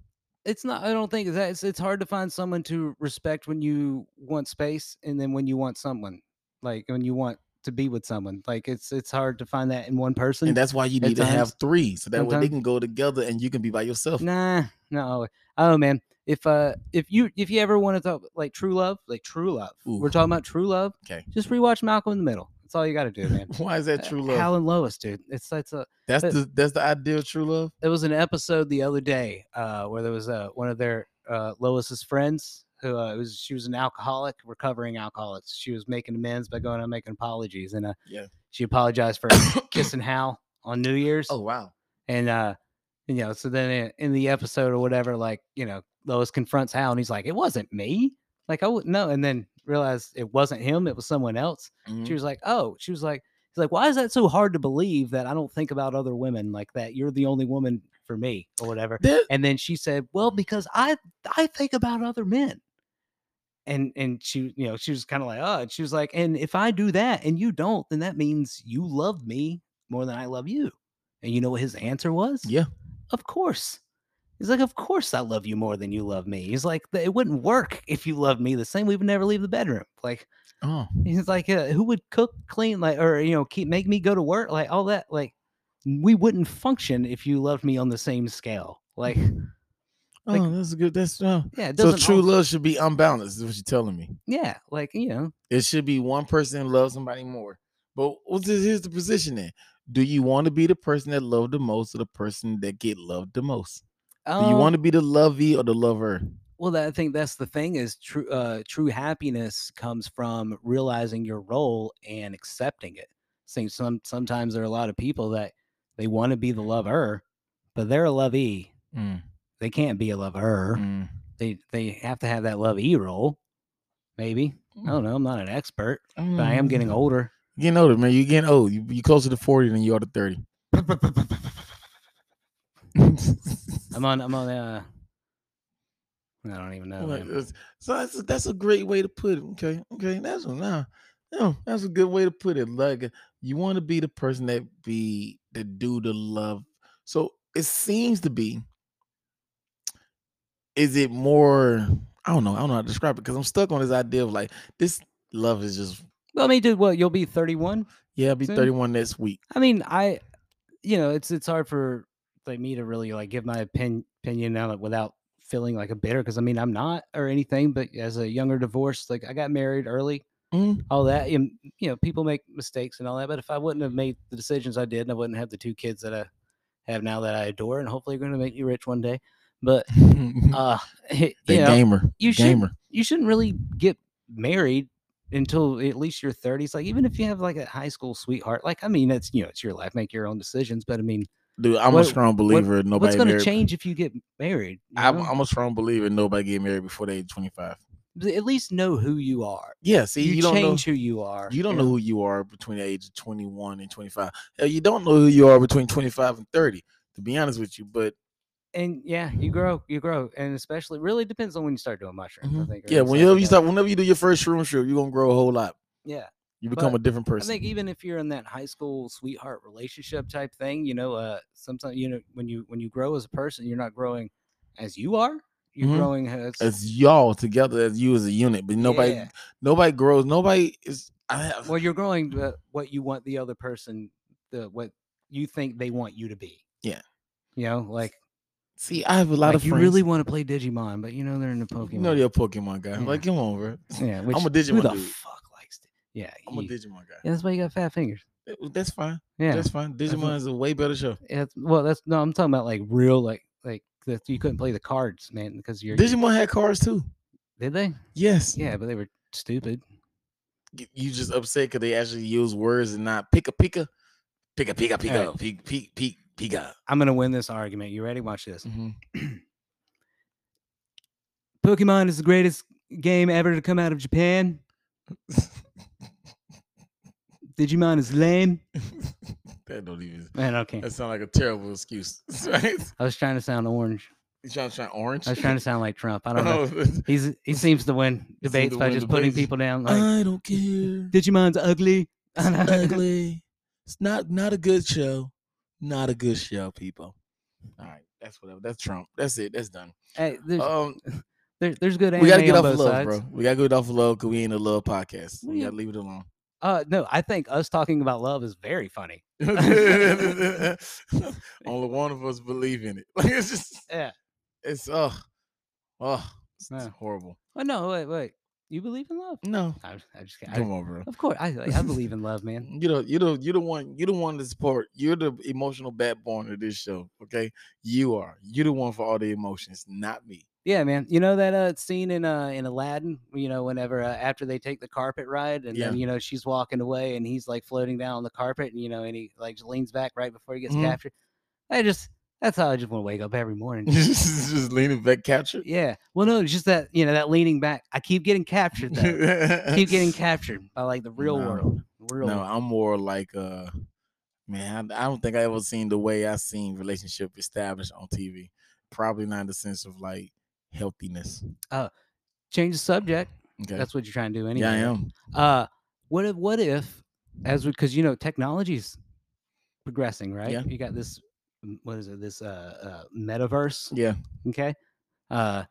[SPEAKER 1] it's not. I don't think that it's. It's hard to find someone to respect when you want space, and then when you want someone, like when you want to be with someone. Like it's it's hard to find that in one person.
[SPEAKER 2] And that's why you
[SPEAKER 1] at
[SPEAKER 2] need to have
[SPEAKER 1] times-
[SPEAKER 2] three, so that way they
[SPEAKER 1] sometimes-
[SPEAKER 2] can go together and you can be by yourself.
[SPEAKER 1] nah, no. Oh man, if uh, if you if you ever want to talk like true love, like true love,
[SPEAKER 2] Ooh.
[SPEAKER 1] we're talking about true love.
[SPEAKER 2] Okay.
[SPEAKER 1] Just rewatch Malcolm in the Middle. That's all you got to do, man.
[SPEAKER 2] Why is that
[SPEAKER 1] Uh,
[SPEAKER 2] true love?
[SPEAKER 1] Hal and Lois, dude. It's it's uh, a
[SPEAKER 2] that's
[SPEAKER 1] that-
[SPEAKER 2] the that's the ideal true love.
[SPEAKER 1] there was an episode the other day uh, where there was uh, one of their uh, Lois's friends who uh, was she was an alcoholic, recovering alcoholic. She was making amends by going and making apologies, and uh,
[SPEAKER 2] Yeah.
[SPEAKER 1] she apologized for kissing Hal on New Year's,
[SPEAKER 2] Oh wow.
[SPEAKER 1] and uh, you know, so then in, in the episode or whatever, like you know, Lois confronts Hal, and he's like, "It wasn't me," like I would no, and then realized it wasn't him, it was someone else.
[SPEAKER 2] Mm-hmm.
[SPEAKER 1] She was like, "Oh," she was like, "He's like, why is that so hard to believe that I don't think about other women like that? You're the only woman for me, or whatever."
[SPEAKER 2] There-
[SPEAKER 1] And then she said, "Well, because I I think about other men." And and she you know she was kind of like, "Oh," and she was like, "And if I do that and you don't, then that means you love me more than I love you." And you know what his answer was?
[SPEAKER 2] Yeah.
[SPEAKER 1] of course. He's like, of course I love you more than you love me. He's like, it wouldn't work if you loved me the same. We would never leave the bedroom. Like,
[SPEAKER 2] Oh.
[SPEAKER 1] He's like, uh, who would cook, clean, like, or you know, keep make me go to work, like all that, like we wouldn't function if you loved me on the same scale. Like, Like-
[SPEAKER 2] oh, that's good. That's uh,
[SPEAKER 1] yeah, it
[SPEAKER 2] so
[SPEAKER 1] doesn't.
[SPEAKER 2] true
[SPEAKER 1] all-
[SPEAKER 2] love should be unbalanced. Is what you're telling me.
[SPEAKER 1] Yeah, like you know,
[SPEAKER 2] It should be one person loves somebody more. But what's this, here's the position then. Do you want to be the person that loved the most or the person that get loved the most? Do you
[SPEAKER 1] um,
[SPEAKER 2] want to be the lovey or the lover?
[SPEAKER 1] Well, that, I think that's the thing is true. Uh, true happiness comes from realizing your role and accepting it. Seems some sometimes there are a lot of people that they want to be the lover, but they're a lovey.
[SPEAKER 2] Mm,
[SPEAKER 1] They can't be a lover.
[SPEAKER 2] mm.
[SPEAKER 1] They they have to have that lovey role. Maybe
[SPEAKER 2] Hmm.
[SPEAKER 1] I don't know. I'm not an expert, but I am getting
[SPEAKER 2] Mm.
[SPEAKER 1] older.
[SPEAKER 2] You Getting older, man. You're getting old. You you closer to 40 than you are to 30.
[SPEAKER 1] I'm on. I'm on. Uh, I don't even know.
[SPEAKER 2] Well,
[SPEAKER 1] man.
[SPEAKER 2] that's- So that's a, that's a great way to put it. Okay, okay, that's a nah, no, that's a good way to put it. Like uh, you want to be the person that be that do the love. So it seems to be. Is it more? I don't know. I don't know how to describe it because I'm stuck on this idea of like this love is just
[SPEAKER 1] Well, I mean, dude, what you'll be 31.
[SPEAKER 2] yeah. I'll be
[SPEAKER 1] Soon.
[SPEAKER 2] 31 next week.
[SPEAKER 1] I mean, I, you know, it's it's hard for like me to really like give my opinion opinion now like, without feeling like a bitter because I mean I'm not or anything, but as a younger divorce, like I got married early,
[SPEAKER 2] Mm,
[SPEAKER 1] all that, and you know, people make mistakes and all that. But if I wouldn't have made the decisions I did, and I wouldn't have the two kids that I have now that I adore, and hopefully are going to make me rich one day. But
[SPEAKER 2] Mm.
[SPEAKER 1] uh, you
[SPEAKER 2] the
[SPEAKER 1] know,
[SPEAKER 2] gamer,
[SPEAKER 1] you should-
[SPEAKER 2] gamer.
[SPEAKER 1] you shouldn't really get married until at least your 30s like even if you have like a high school sweetheart like i mean that's you know it's your life make your own decisions but i mean
[SPEAKER 2] Dude, I'm a
[SPEAKER 1] What-
[SPEAKER 2] strong believer. in nobody
[SPEAKER 1] what's going to
[SPEAKER 2] married-
[SPEAKER 1] change if you get married you
[SPEAKER 2] I'm,
[SPEAKER 1] know?
[SPEAKER 2] I'm a strong believer. in Nobody get married before they age 25.
[SPEAKER 1] Th- at least know who you are
[SPEAKER 2] Yeah. See,
[SPEAKER 1] you,
[SPEAKER 2] you, don't know.
[SPEAKER 1] change who you are
[SPEAKER 2] You don't know who you are between the age of 21 and 25. Hell, you don't know who you are between 25 and 30, to be honest with you. But
[SPEAKER 1] and yeah you grow you grow and especially really depends on when you start doing mushrooms i
[SPEAKER 2] Mhm.
[SPEAKER 1] think or
[SPEAKER 2] yeah, whenever you
[SPEAKER 1] psychedelics.
[SPEAKER 2] start, whenever you do your first shroom trip, you're gonna grow a whole lot.
[SPEAKER 1] yeah
[SPEAKER 2] You become
[SPEAKER 1] But
[SPEAKER 2] a different
[SPEAKER 1] I
[SPEAKER 2] person.
[SPEAKER 1] think even if you're in that high school sweetheart relationship type thing, you know, uh, sometimes you know when you when you grow as a person, you're not growing as you are. You're
[SPEAKER 2] Mhm.
[SPEAKER 1] growing as
[SPEAKER 2] as y'all together, as you as a unit, but nobody,
[SPEAKER 1] yeah.
[SPEAKER 2] nobody grows. Nobody is. I have,
[SPEAKER 1] Well, you're growing the, what you want the other person, the what you think they want you to be.
[SPEAKER 2] Yeah.
[SPEAKER 1] You know, like,
[SPEAKER 2] see, I have a lot
[SPEAKER 1] like
[SPEAKER 2] of
[SPEAKER 1] you
[SPEAKER 2] friends.
[SPEAKER 1] really want to play Digimon, but you know they're in the Pokemon.
[SPEAKER 2] you know, you're a Pokemon guy.
[SPEAKER 1] Yeah.
[SPEAKER 2] Like, come on, bro.
[SPEAKER 1] yeah, which,
[SPEAKER 2] I'm a
[SPEAKER 1] Who
[SPEAKER 2] Digimon
[SPEAKER 1] the
[SPEAKER 2] dude.
[SPEAKER 1] fuck likes? Di- yeah,
[SPEAKER 2] I'm a
[SPEAKER 1] you-
[SPEAKER 2] Digimon guy.
[SPEAKER 1] yeah, that's why you got fat fingers.
[SPEAKER 2] That- That's fine.
[SPEAKER 1] Yeah,
[SPEAKER 2] That's fine. Digimon is a way better show.
[SPEAKER 1] Yeah, it's- well, that's no, I'm talking about like real, like like that you couldn't play the cards, man, because you're you-
[SPEAKER 2] Digimon had cars too.
[SPEAKER 1] did they?
[SPEAKER 2] Yes.
[SPEAKER 1] Yeah, but they were stupid.
[SPEAKER 2] y- you just upset because they actually use words and not pika pika, pika pika
[SPEAKER 1] All right.
[SPEAKER 2] pika, peek peek peek pika.
[SPEAKER 1] I'm gonna win this argument. You ready? Watch this. Pokemon is the greatest game ever to come out of Japan. Digimon is lame.
[SPEAKER 2] that don't even.
[SPEAKER 1] Man, okay.
[SPEAKER 2] That sounds like a terrible excuse. Right?
[SPEAKER 1] I was trying to sound orange.
[SPEAKER 2] You trying to try orange?
[SPEAKER 1] I was trying to sound like Trump. I don't know.
[SPEAKER 2] Oh,
[SPEAKER 1] He's he seems to win
[SPEAKER 2] to
[SPEAKER 1] debates by
[SPEAKER 2] win
[SPEAKER 1] just putting
[SPEAKER 2] debates.
[SPEAKER 1] people down. Like
[SPEAKER 2] I don't care.
[SPEAKER 1] Digimon's ugly.
[SPEAKER 2] It's ugly. It's not not a good show. Not a good show, people. All right, that's whatever. That's Trump. That's it. That's done.
[SPEAKER 1] Hey, there's,
[SPEAKER 2] Um,
[SPEAKER 1] there, there's good anime
[SPEAKER 2] we gotta get
[SPEAKER 1] on
[SPEAKER 2] off
[SPEAKER 1] both
[SPEAKER 2] of love,
[SPEAKER 1] sides.
[SPEAKER 2] bro. We gotta get off of love because we ain't a love podcast.
[SPEAKER 1] What do
[SPEAKER 2] We
[SPEAKER 1] you-
[SPEAKER 2] gotta leave it alone.
[SPEAKER 1] Uh, no, I think us talking about love is very funny.
[SPEAKER 2] Only one of us believe in it. Like it's just
[SPEAKER 1] Yeah.
[SPEAKER 2] It's ugh. Ugh. It's, it's
[SPEAKER 1] Yeah.
[SPEAKER 2] horrible.
[SPEAKER 1] Oh no, wait, wait. You believe in love?
[SPEAKER 2] No.
[SPEAKER 1] I, I just, I,
[SPEAKER 2] Come on, bro.
[SPEAKER 1] Of course, I like, I believe in love, man.
[SPEAKER 2] You know, you the you the one you the one to support. You're the emotional backbone of this show. Okay. You are. You're the one for all the emotions, not me.
[SPEAKER 1] Yeah, man. You know that uh, scene in uh in Aladdin, you know, whenever uh, after they take the carpet ride, and
[SPEAKER 2] Yeah.
[SPEAKER 1] then you know she's walking away, and he's like floating down on the carpet, and you know, and he like just leans back right before he gets
[SPEAKER 2] Mhm.
[SPEAKER 1] captured. I just that's how I just want to wake up every morning.
[SPEAKER 2] just just leaning back captured.
[SPEAKER 1] yeah. Well, no, it's just that you know that leaning back. I keep getting captured though. keep getting captured by like the real
[SPEAKER 2] No.
[SPEAKER 1] world. The real.
[SPEAKER 2] No,
[SPEAKER 1] world.
[SPEAKER 2] I'm more like uh man, I, I don't think I ever seen the way I seen relationship established on TV. Probably not in the sense of like healthiness.
[SPEAKER 1] Change the subject.
[SPEAKER 2] Okay.
[SPEAKER 1] That's what you're trying to do anyway.
[SPEAKER 2] yeah, I am.
[SPEAKER 1] Uh, what if what if as we because you know technology's progressing, right?
[SPEAKER 2] Yeah.
[SPEAKER 1] You got this m- what is it? This uh, uh metaverse,
[SPEAKER 2] Yeah.
[SPEAKER 1] okay? Uh,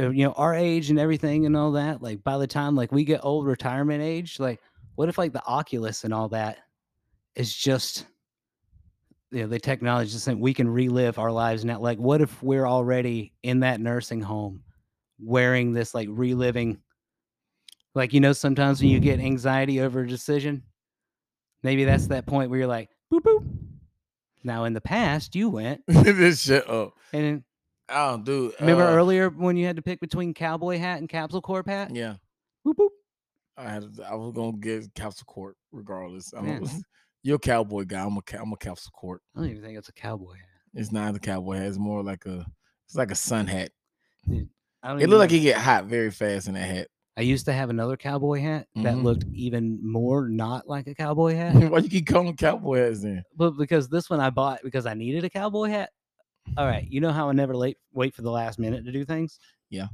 [SPEAKER 1] uh, you know our age and everything and all that. Like by the time like we get old, retirement age, like what if like the Oculus and all that is just you know, the technology just saying we can relive our lives now. Like, what if we're already in that nursing home wearing this, like reliving? Like, you know, sometimes when you get anxiety over a decision, maybe that's that point where you're like, boop, boop. Now, in the past, you went
[SPEAKER 2] this shit up.
[SPEAKER 1] and then-
[SPEAKER 2] Oh, dude.
[SPEAKER 1] remember
[SPEAKER 2] uh,
[SPEAKER 1] earlier when you had to pick between cowboy hat and capsule corp hat?
[SPEAKER 2] Yeah.
[SPEAKER 1] Boop, boop.
[SPEAKER 2] I had I was gonna get capsule court regardless. I
[SPEAKER 1] Yeah.
[SPEAKER 2] was, you're a cowboy guy. I'm a ca- I'm a capsule court.
[SPEAKER 1] I don't even think it's a cowboy hat.
[SPEAKER 2] It's not a cowboy hat. It's more like a it's like a sun hat.
[SPEAKER 1] I don't
[SPEAKER 2] It
[SPEAKER 1] even
[SPEAKER 2] looked like
[SPEAKER 1] know.
[SPEAKER 2] it get hot very fast in that hat.
[SPEAKER 1] I used to have another cowboy hat that
[SPEAKER 2] Mhm.
[SPEAKER 1] looked even more not like a cowboy hat.
[SPEAKER 2] Why you keep calling cowboy hats then?
[SPEAKER 1] but because this one I bought because I needed a cowboy hat. All right, you know how I never late wait for the last minute to do things.
[SPEAKER 2] Your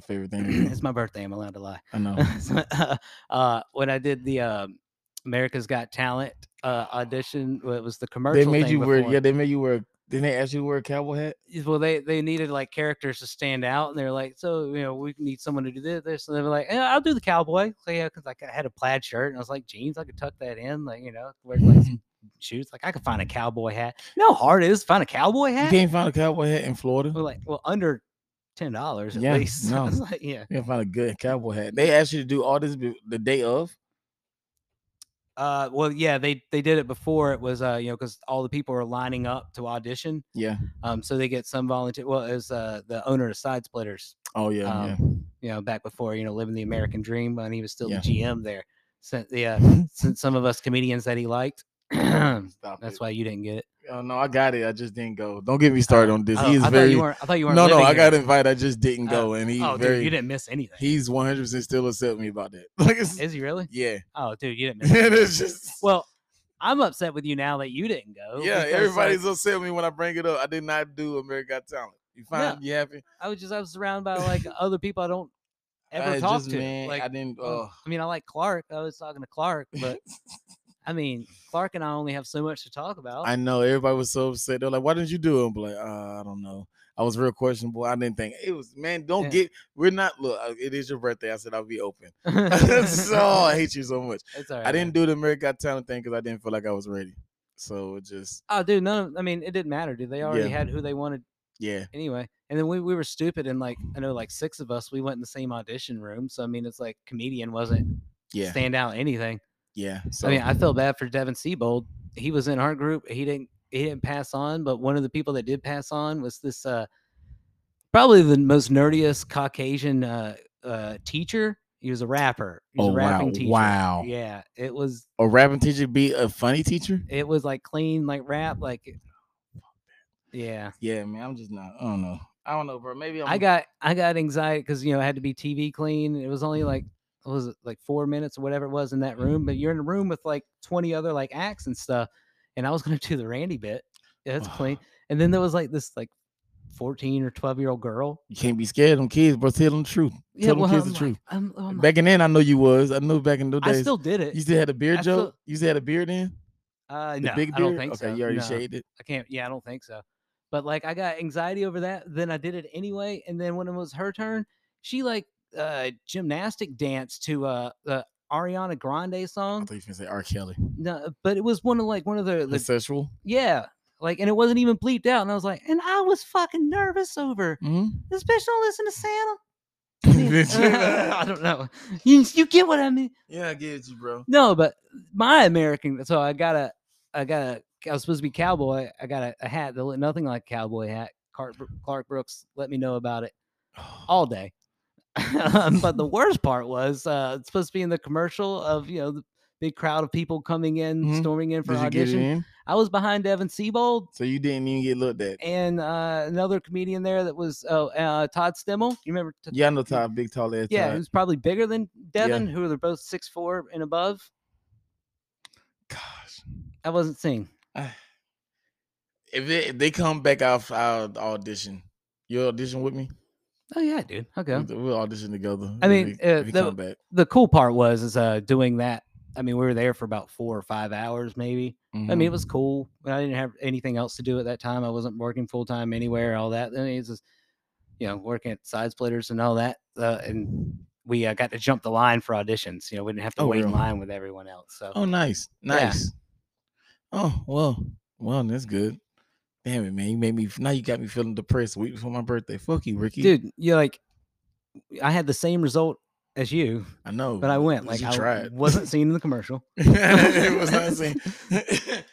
[SPEAKER 2] favorite thing. to do.
[SPEAKER 1] it's my birthday. I'm allowed to lie.
[SPEAKER 2] I know.
[SPEAKER 1] So, uh, when I did the um America's Got Talent uh, audition, well, it was the commercial.
[SPEAKER 2] They made
[SPEAKER 1] thing
[SPEAKER 2] you wear.
[SPEAKER 1] before.
[SPEAKER 2] Yeah, they made you wear. Didn't they ask you to wear a cowboy hat?
[SPEAKER 1] is- well they they needed like characters to stand out and they're like so you know we need someone to do this this and they were like yeah, i'll do the cowboy so yeah because like i had a plaid shirt and i was like jeans i could tuck that in like you know wear like some shoes like i could find a cowboy hat you know how hard it is to find a cowboy
[SPEAKER 2] You
[SPEAKER 1] hat
[SPEAKER 2] can't find a cowboy hat in Florida.
[SPEAKER 1] we're like well under ten dollars at
[SPEAKER 2] Yeah,
[SPEAKER 1] least I
[SPEAKER 2] no.
[SPEAKER 1] was like, yeah
[SPEAKER 2] You can't find a good cowboy hat. They asked you to do all this be- the day of.
[SPEAKER 1] uh well yeah they they did it before it was uh you know because all the people were lining up to audition
[SPEAKER 2] Yeah.
[SPEAKER 1] um so they get some volunteer well it was uh the owner of side splitters
[SPEAKER 2] Oh yeah. yeah.
[SPEAKER 1] um, you know, back before you know, living the American dream when he was still
[SPEAKER 2] Yeah.
[SPEAKER 1] the GM there. Sent the uh, sent some of us comedians that he liked. That's
[SPEAKER 2] Stop it.
[SPEAKER 1] why you didn't get it.
[SPEAKER 2] Oh, no, I got it. I just didn't go. Don't get me started on this.
[SPEAKER 1] Oh,
[SPEAKER 2] He's
[SPEAKER 1] I thought
[SPEAKER 2] very.
[SPEAKER 1] you weren't. I thought you weren't.
[SPEAKER 2] No, no,
[SPEAKER 1] living
[SPEAKER 2] I
[SPEAKER 1] here.
[SPEAKER 2] got invited. I just didn't
[SPEAKER 1] Oh,
[SPEAKER 2] go, and he
[SPEAKER 1] Oh,
[SPEAKER 2] very.
[SPEAKER 1] dude, you didn't miss anything.
[SPEAKER 2] He's one hundred percent still upset with me about that. Like, it's,
[SPEAKER 1] Is he really?
[SPEAKER 2] yeah,
[SPEAKER 1] Oh, dude, you didn't miss.
[SPEAKER 2] it
[SPEAKER 1] anything.
[SPEAKER 2] is just.
[SPEAKER 1] Well, I'm upset with you now that you didn't go.
[SPEAKER 2] yeah,
[SPEAKER 1] because,
[SPEAKER 2] everybody's
[SPEAKER 1] Like,
[SPEAKER 2] upset with me when I bring it up. I did not do America Got Talent. You
[SPEAKER 1] Yeah.
[SPEAKER 2] fine? You happy?
[SPEAKER 1] I was just I was surrounded by like other people I don't ever
[SPEAKER 2] I
[SPEAKER 1] talk
[SPEAKER 2] just,
[SPEAKER 1] to.
[SPEAKER 2] Man,
[SPEAKER 1] like
[SPEAKER 2] I didn't.
[SPEAKER 1] oh,
[SPEAKER 2] Uh,
[SPEAKER 1] I mean, I like Clark. I was talking to Clark, but I mean, Clark and I only have so much to talk about.
[SPEAKER 2] I know everybody was so upset. They're like, "Why didn't you do it?" I'm like, uh, "I don't know. I was real questionable. I didn't think it was. Man, don't
[SPEAKER 1] Yeah.
[SPEAKER 2] get. We're not. Look, uh, it is your birthday. I said I'll be open. so I hate you so much.
[SPEAKER 1] it's all right.
[SPEAKER 2] I
[SPEAKER 1] man.
[SPEAKER 2] didn't do the America Got Talent thing because I didn't feel like I was ready. So it just,
[SPEAKER 1] Oh, dude, no. I mean, it didn't matter, dude. They already
[SPEAKER 2] Yeah.
[SPEAKER 1] had who they wanted
[SPEAKER 2] yeah,
[SPEAKER 1] anyway. And then we, we were stupid, and like I know, like six of us, we went in the same audition room. So I mean, it's like comedian wasn't
[SPEAKER 2] yeah,
[SPEAKER 1] stand out anything.
[SPEAKER 2] yeah. So
[SPEAKER 1] I mean, I feel bad for Devin Siebold. He was in our group. He didn't he didn't pass on, but one of the people that did pass on was this uh probably the most nerdiest Caucasian uh uh teacher. He was a rapper. He was
[SPEAKER 2] Oh,
[SPEAKER 1] a
[SPEAKER 2] wow,
[SPEAKER 1] rapping teacher.
[SPEAKER 2] wow.
[SPEAKER 1] Yeah. It was
[SPEAKER 2] a rapping teacher be a funny teacher?
[SPEAKER 1] it was like clean, like rap, like it- yeah.
[SPEAKER 2] Yeah, man. I'm just not. I don't know. I don't know, bro. Maybe I'm,
[SPEAKER 1] I got I got anxiety because you know I had to be TV clean. and It was only like
[SPEAKER 2] Mm-hmm.
[SPEAKER 1] what was it like four minutes or whatever it was in that room, but you're in a room with like twenty other like acts and stuff, and I was gonna do the Randy bit. Yeah, that's clean. And then there was like this like fourteen or twelve year old girl.
[SPEAKER 2] You can't be scared of them kids, bro. Tell them the truth.
[SPEAKER 1] Yeah,
[SPEAKER 2] Tell them
[SPEAKER 1] well,
[SPEAKER 2] kids
[SPEAKER 1] I'm
[SPEAKER 2] the
[SPEAKER 1] like-
[SPEAKER 2] truth.
[SPEAKER 1] I'm- oh my-
[SPEAKER 2] back in then, I know you was. I knew back in those
[SPEAKER 1] I
[SPEAKER 2] days.
[SPEAKER 1] still did it.
[SPEAKER 2] you still had a beard
[SPEAKER 1] I
[SPEAKER 2] joke.
[SPEAKER 1] still-
[SPEAKER 2] you still had a beard in
[SPEAKER 1] uh,
[SPEAKER 2] the
[SPEAKER 1] no,
[SPEAKER 2] big beard.
[SPEAKER 1] I don't think
[SPEAKER 2] okay,
[SPEAKER 1] so.
[SPEAKER 2] you already
[SPEAKER 1] No.
[SPEAKER 2] shaved it.
[SPEAKER 1] I can't. Yeah, I don't think so. But like, I got anxiety over that. Then I did it anyway. And then when it was her turn, she like uh gymnastic danced to uh the Ariana Grande
[SPEAKER 2] I
[SPEAKER 1] song.
[SPEAKER 2] thought you were gonna say R. Kelly.
[SPEAKER 1] No, but it was one of like one of the,
[SPEAKER 2] The
[SPEAKER 1] the
[SPEAKER 2] sexual.
[SPEAKER 1] yeah. Like and it wasn't even bleeped out, and I was like, and I was fucking nervous over
[SPEAKER 2] hmm
[SPEAKER 1] this bitch. Don't listen to Santa. Man, Uh, I
[SPEAKER 2] yeah,
[SPEAKER 1] don't know. You, you get what I mean?
[SPEAKER 2] I get you, bro.
[SPEAKER 1] No, but my American. So I got a, I got a. I was supposed to be cowboy. I got a, a hat that looked nothing like a cowboy hat. Clark, Bro- Clark Brooks let me know about it all day. Um, but the worst part was uh, it's supposed to be in the commercial of you know the big crowd of people coming in,
[SPEAKER 2] Mhm.
[SPEAKER 1] storming in for
[SPEAKER 2] Did you get it
[SPEAKER 1] audition.
[SPEAKER 2] in?
[SPEAKER 1] I was behind Devin Siebold
[SPEAKER 2] So you didn't even get looked at.
[SPEAKER 1] and uh, another comedian there that was oh, uh, Todd Stimmel. You remember? T-
[SPEAKER 2] Yeah, I know Todd, big tall ass.
[SPEAKER 1] yeah,
[SPEAKER 2] Todd.
[SPEAKER 1] who's probably bigger than Devin, who are both six four and above.
[SPEAKER 2] Gosh.
[SPEAKER 1] I wasn't seeing.
[SPEAKER 2] If, it, if they come back off our audition, you'll audition with me.
[SPEAKER 1] Oh yeah, dude. Okay.
[SPEAKER 2] We'll, we'll audition together.
[SPEAKER 1] I
[SPEAKER 2] if
[SPEAKER 1] mean,
[SPEAKER 2] it-
[SPEAKER 1] uh,
[SPEAKER 2] if it
[SPEAKER 1] the-
[SPEAKER 2] come back.
[SPEAKER 1] the cool part was is uh doing that. I mean, we were there for about four or five hours, maybe. I
[SPEAKER 2] Mm-hmm.
[SPEAKER 1] mean, it
[SPEAKER 2] Mm.
[SPEAKER 1] was cool. but I didn't have anything else to do at that time. I wasn't working full time anywhere, all that. I mean, it's just, you know, working at side splitters and all that. Uh, and we uh, got to jump the line for auditions. You know, we didn't have to
[SPEAKER 2] Oh,
[SPEAKER 1] wait in
[SPEAKER 2] really?
[SPEAKER 1] line with everyone else. So
[SPEAKER 2] oh, nice,
[SPEAKER 1] Yeah.
[SPEAKER 2] nice. Oh well, Well, that's good. Damn it, man. You made me now you got me feeling depressed a week before my birthday. Fuck you, Ricky.
[SPEAKER 1] Dude, you're like, I had the same result as you,
[SPEAKER 2] I know.
[SPEAKER 1] but I went. Like,
[SPEAKER 2] you
[SPEAKER 1] I
[SPEAKER 2] tried.
[SPEAKER 1] wasn't seen in the commercial.
[SPEAKER 2] it was not saying.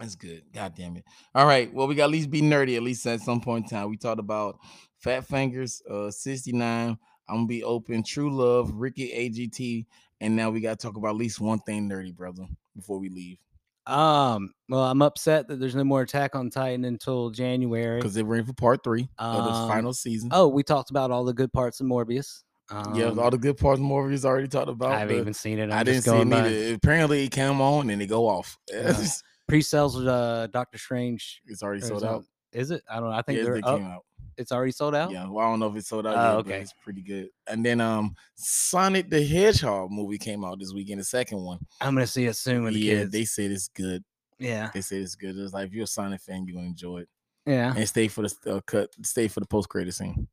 [SPEAKER 2] That's good. God damn it. All right. Well, we got at least be nerdy at least at some point in time. We talked about Fat Fingers, uh, 69. I'm gonna be open. True Love, Ricky AGT, and now we gotta talk about at least one thing nerdy, brother, before we leave,
[SPEAKER 1] Um, well, I'm upset that there's no more Attack on Titan until January.
[SPEAKER 2] because they're ready for part three of the
[SPEAKER 1] Um,
[SPEAKER 2] final season.
[SPEAKER 1] Oh, we talked about all the good parts of Morbius. Um,
[SPEAKER 2] yeah, all the good parts Morbius already talked about.
[SPEAKER 1] I haven't
[SPEAKER 2] but
[SPEAKER 1] even seen it. I'm
[SPEAKER 2] I didn't
[SPEAKER 1] just
[SPEAKER 2] see it
[SPEAKER 1] going by
[SPEAKER 2] neither. Apparently, it came on and it go off.
[SPEAKER 1] Yeah. pre-sales with uh, Doctor Strange.
[SPEAKER 2] it's already
[SPEAKER 1] or
[SPEAKER 2] sold
[SPEAKER 1] some-
[SPEAKER 2] out.
[SPEAKER 1] Is it? I don't know. I think
[SPEAKER 2] Yes,
[SPEAKER 1] they're
[SPEAKER 2] they
[SPEAKER 1] up.
[SPEAKER 2] came out.
[SPEAKER 1] It's already sold out.
[SPEAKER 2] Yeah, well, I don't know if it's sold out
[SPEAKER 1] Oh,
[SPEAKER 2] yet, but
[SPEAKER 1] okay.
[SPEAKER 2] it's pretty good. And then um Sonic the Hedgehog movie came out this weekend, the second one.
[SPEAKER 1] I'm gonna see it soon with the
[SPEAKER 2] yeah,
[SPEAKER 1] kids.
[SPEAKER 2] they said it's good.
[SPEAKER 1] yeah,
[SPEAKER 2] They said it's good. It's like if you're a Sonic fan, you're gonna enjoy it.
[SPEAKER 1] yeah.
[SPEAKER 2] And stay for the uh, cut, stay for the post credit scene.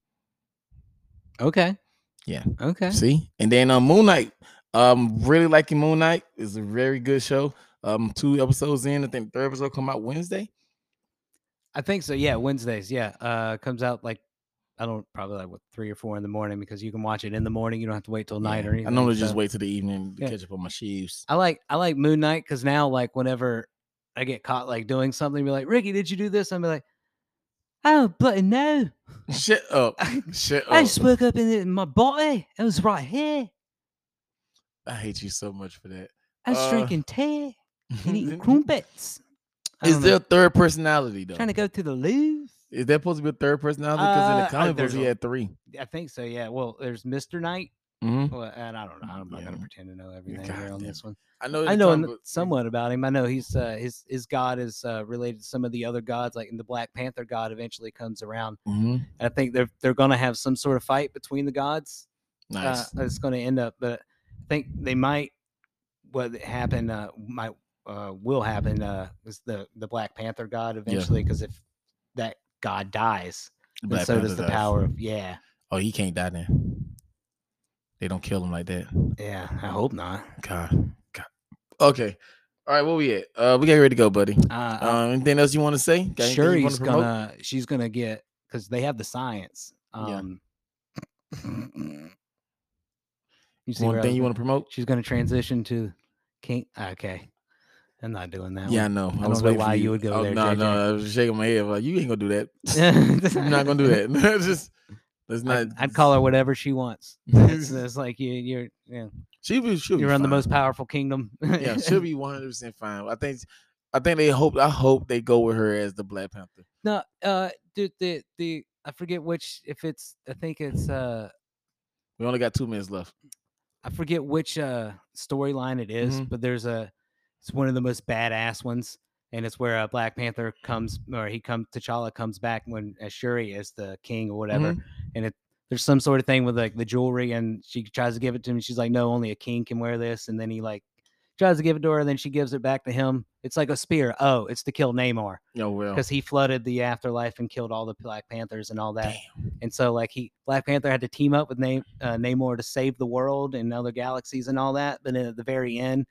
[SPEAKER 1] Okay.
[SPEAKER 2] Yeah.
[SPEAKER 1] Okay.
[SPEAKER 2] See? And then um Moon Knight. Um really liking Moon Knight. It's a very good show. Um two episodes in, I think the third episode come out Wednesday.
[SPEAKER 1] I think so. Yeah, Wednesdays. Yeah, uh, comes out like I don't probably like what three or four in the morning because you can watch it in the morning. You don't have to wait till night
[SPEAKER 2] Yeah.
[SPEAKER 1] or anything.
[SPEAKER 2] I normally just
[SPEAKER 1] so-
[SPEAKER 2] wait till the evening to
[SPEAKER 1] Yeah.
[SPEAKER 2] catch up on my shoes.
[SPEAKER 1] I like I like Moon Knight because now like whenever I get caught like doing something, be like Ricky, did you do this? I'm be like, oh, but no,
[SPEAKER 2] Shut up.
[SPEAKER 1] I,
[SPEAKER 2] Shut up.
[SPEAKER 1] I just woke up in, it- my body. It was right here.
[SPEAKER 2] I hate you so much for that.
[SPEAKER 1] I was
[SPEAKER 2] Uh,
[SPEAKER 1] drinking tea and eating crumpets. I
[SPEAKER 2] Is
[SPEAKER 1] don't
[SPEAKER 2] there
[SPEAKER 1] know,
[SPEAKER 2] a third personality though?
[SPEAKER 1] trying to go to the Louvre?
[SPEAKER 2] Is that supposed to be a third personality? Because in
[SPEAKER 1] Uh,
[SPEAKER 2] the
[SPEAKER 1] I-
[SPEAKER 2] comic books,
[SPEAKER 1] there's
[SPEAKER 2] he
[SPEAKER 1] a-
[SPEAKER 2] had 3
[SPEAKER 1] I think so. Yeah. Well, there's Mister Knight,
[SPEAKER 2] Mm-hmm.
[SPEAKER 1] well, and I don't know. I'm not
[SPEAKER 2] Yeah.
[SPEAKER 1] gonna pretend to know everything
[SPEAKER 2] God
[SPEAKER 1] here on
[SPEAKER 2] damn
[SPEAKER 1] this one.
[SPEAKER 2] I know. in
[SPEAKER 1] I
[SPEAKER 2] the
[SPEAKER 1] know
[SPEAKER 2] comic
[SPEAKER 1] n-
[SPEAKER 2] book-
[SPEAKER 1] somewhat about him. I know he's uh, his his god is uh, related to some of the other gods, like in the Black Panther god eventually comes around.
[SPEAKER 2] Mhm.
[SPEAKER 1] I think they're they're gonna have some sort of fight between the gods.
[SPEAKER 2] Nice.
[SPEAKER 1] Uh, it's gonna end up, but I think they might what happened uh, might uh, will happen uh, is the the Black Panther god eventually because if that god dies,
[SPEAKER 2] The
[SPEAKER 1] then
[SPEAKER 2] Black
[SPEAKER 1] so does
[SPEAKER 2] Panther
[SPEAKER 1] the
[SPEAKER 2] dies.
[SPEAKER 1] power of yeah
[SPEAKER 2] Oh, he can't die then. They don't kill him like that.
[SPEAKER 1] yeah. I hope not.
[SPEAKER 2] God. God. Okay. All right. Where we at? Uh, we got ready to go, buddy.
[SPEAKER 1] Uh, I-
[SPEAKER 2] Um, anything else you want to say? Got anything you wanna
[SPEAKER 1] Shuri's
[SPEAKER 2] promote?
[SPEAKER 1] gonna she's gonna get because they have the science.
[SPEAKER 2] Yeah.
[SPEAKER 1] Um, you see
[SPEAKER 2] One
[SPEAKER 1] where I
[SPEAKER 2] thing
[SPEAKER 1] was
[SPEAKER 2] you
[SPEAKER 1] going?
[SPEAKER 2] want to promote?
[SPEAKER 1] She's gonna transition to King. Okay, I'm not doing that.
[SPEAKER 2] Yeah, I know.
[SPEAKER 1] I
[SPEAKER 2] was
[SPEAKER 1] don't know
[SPEAKER 2] waiting for
[SPEAKER 1] why you would go
[SPEAKER 2] Oh,
[SPEAKER 1] there,
[SPEAKER 2] No,
[SPEAKER 1] JJ.
[SPEAKER 2] no, I was shaking my head. Like you ain't gonna do that.
[SPEAKER 1] One.
[SPEAKER 2] You're not gonna do that. Just let's not.
[SPEAKER 1] I'd, I'd call her whatever she wants. It's, it's like you, you're, yeah,
[SPEAKER 2] She be. She'll be
[SPEAKER 1] you run the
[SPEAKER 2] fine.
[SPEAKER 1] most powerful kingdom.
[SPEAKER 2] yeah, she'll be one hundred percent fine. I think, I think they hope. I hope they go with her as the Black Panther.
[SPEAKER 1] No, uh, dude, the the I forget which if it's I think it's uh
[SPEAKER 2] We only got two minutes left.
[SPEAKER 1] I forget which uh storyline it is,
[SPEAKER 2] Mhm.
[SPEAKER 1] but there's a it's one of the most badass ones, and it's where uh, Black Panther comes or he comes T'Challa comes back when uh, Shuri is the king or whatever, and it there's some sort of thing with like the jewelry, and she tries to give it to him. She's like, no, only a king can wear this, and then he like tries to give it to her, and then she gives it back to him. It's like a spear. Oh, it's to kill Namor
[SPEAKER 2] Oh well.
[SPEAKER 1] because he flooded the afterlife and killed all the Black Panthers and all that. And so like he Black Panther had to team up with Name uh, Namor to save the world and other galaxies and all that. But then at the very end,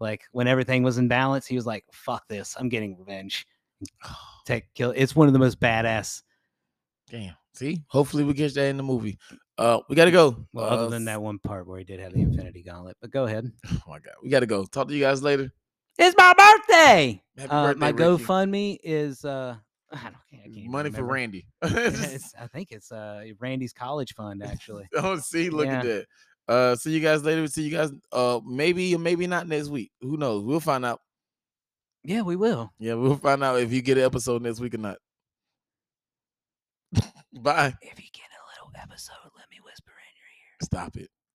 [SPEAKER 1] like when everything was in balance, he was like, "Fuck this! I'm getting revenge." Take kill. It's one of the most badass.
[SPEAKER 2] Damn. See, hopefully we get that in the movie. Uh, we gotta go.
[SPEAKER 1] Well,
[SPEAKER 2] Uh,
[SPEAKER 1] other than that one part where he did have the Infinity Gauntlet. But go ahead.
[SPEAKER 2] oh my god, we gotta go. Talk to you guys later.
[SPEAKER 1] It's my birthday.
[SPEAKER 2] Happy
[SPEAKER 1] uh,
[SPEAKER 2] birthday,
[SPEAKER 1] my
[SPEAKER 2] Ricky.
[SPEAKER 1] GoFundMe is uh, I don't I can't even
[SPEAKER 2] Money for
[SPEAKER 1] remember.
[SPEAKER 2] Randy.
[SPEAKER 1] It's- I think it's uh Randy's college fund actually.
[SPEAKER 2] oh, see, look at
[SPEAKER 1] Yeah.
[SPEAKER 2] that. Uh, see you guys later. See you guys. Uh, maybe or maybe not next week. Who knows? We'll find out.
[SPEAKER 1] yeah, we will.
[SPEAKER 2] Yeah, we'll find out if you get an episode next week or not. Bye.
[SPEAKER 1] If you get a little episode, let me whisper in your ear.
[SPEAKER 2] Stop it.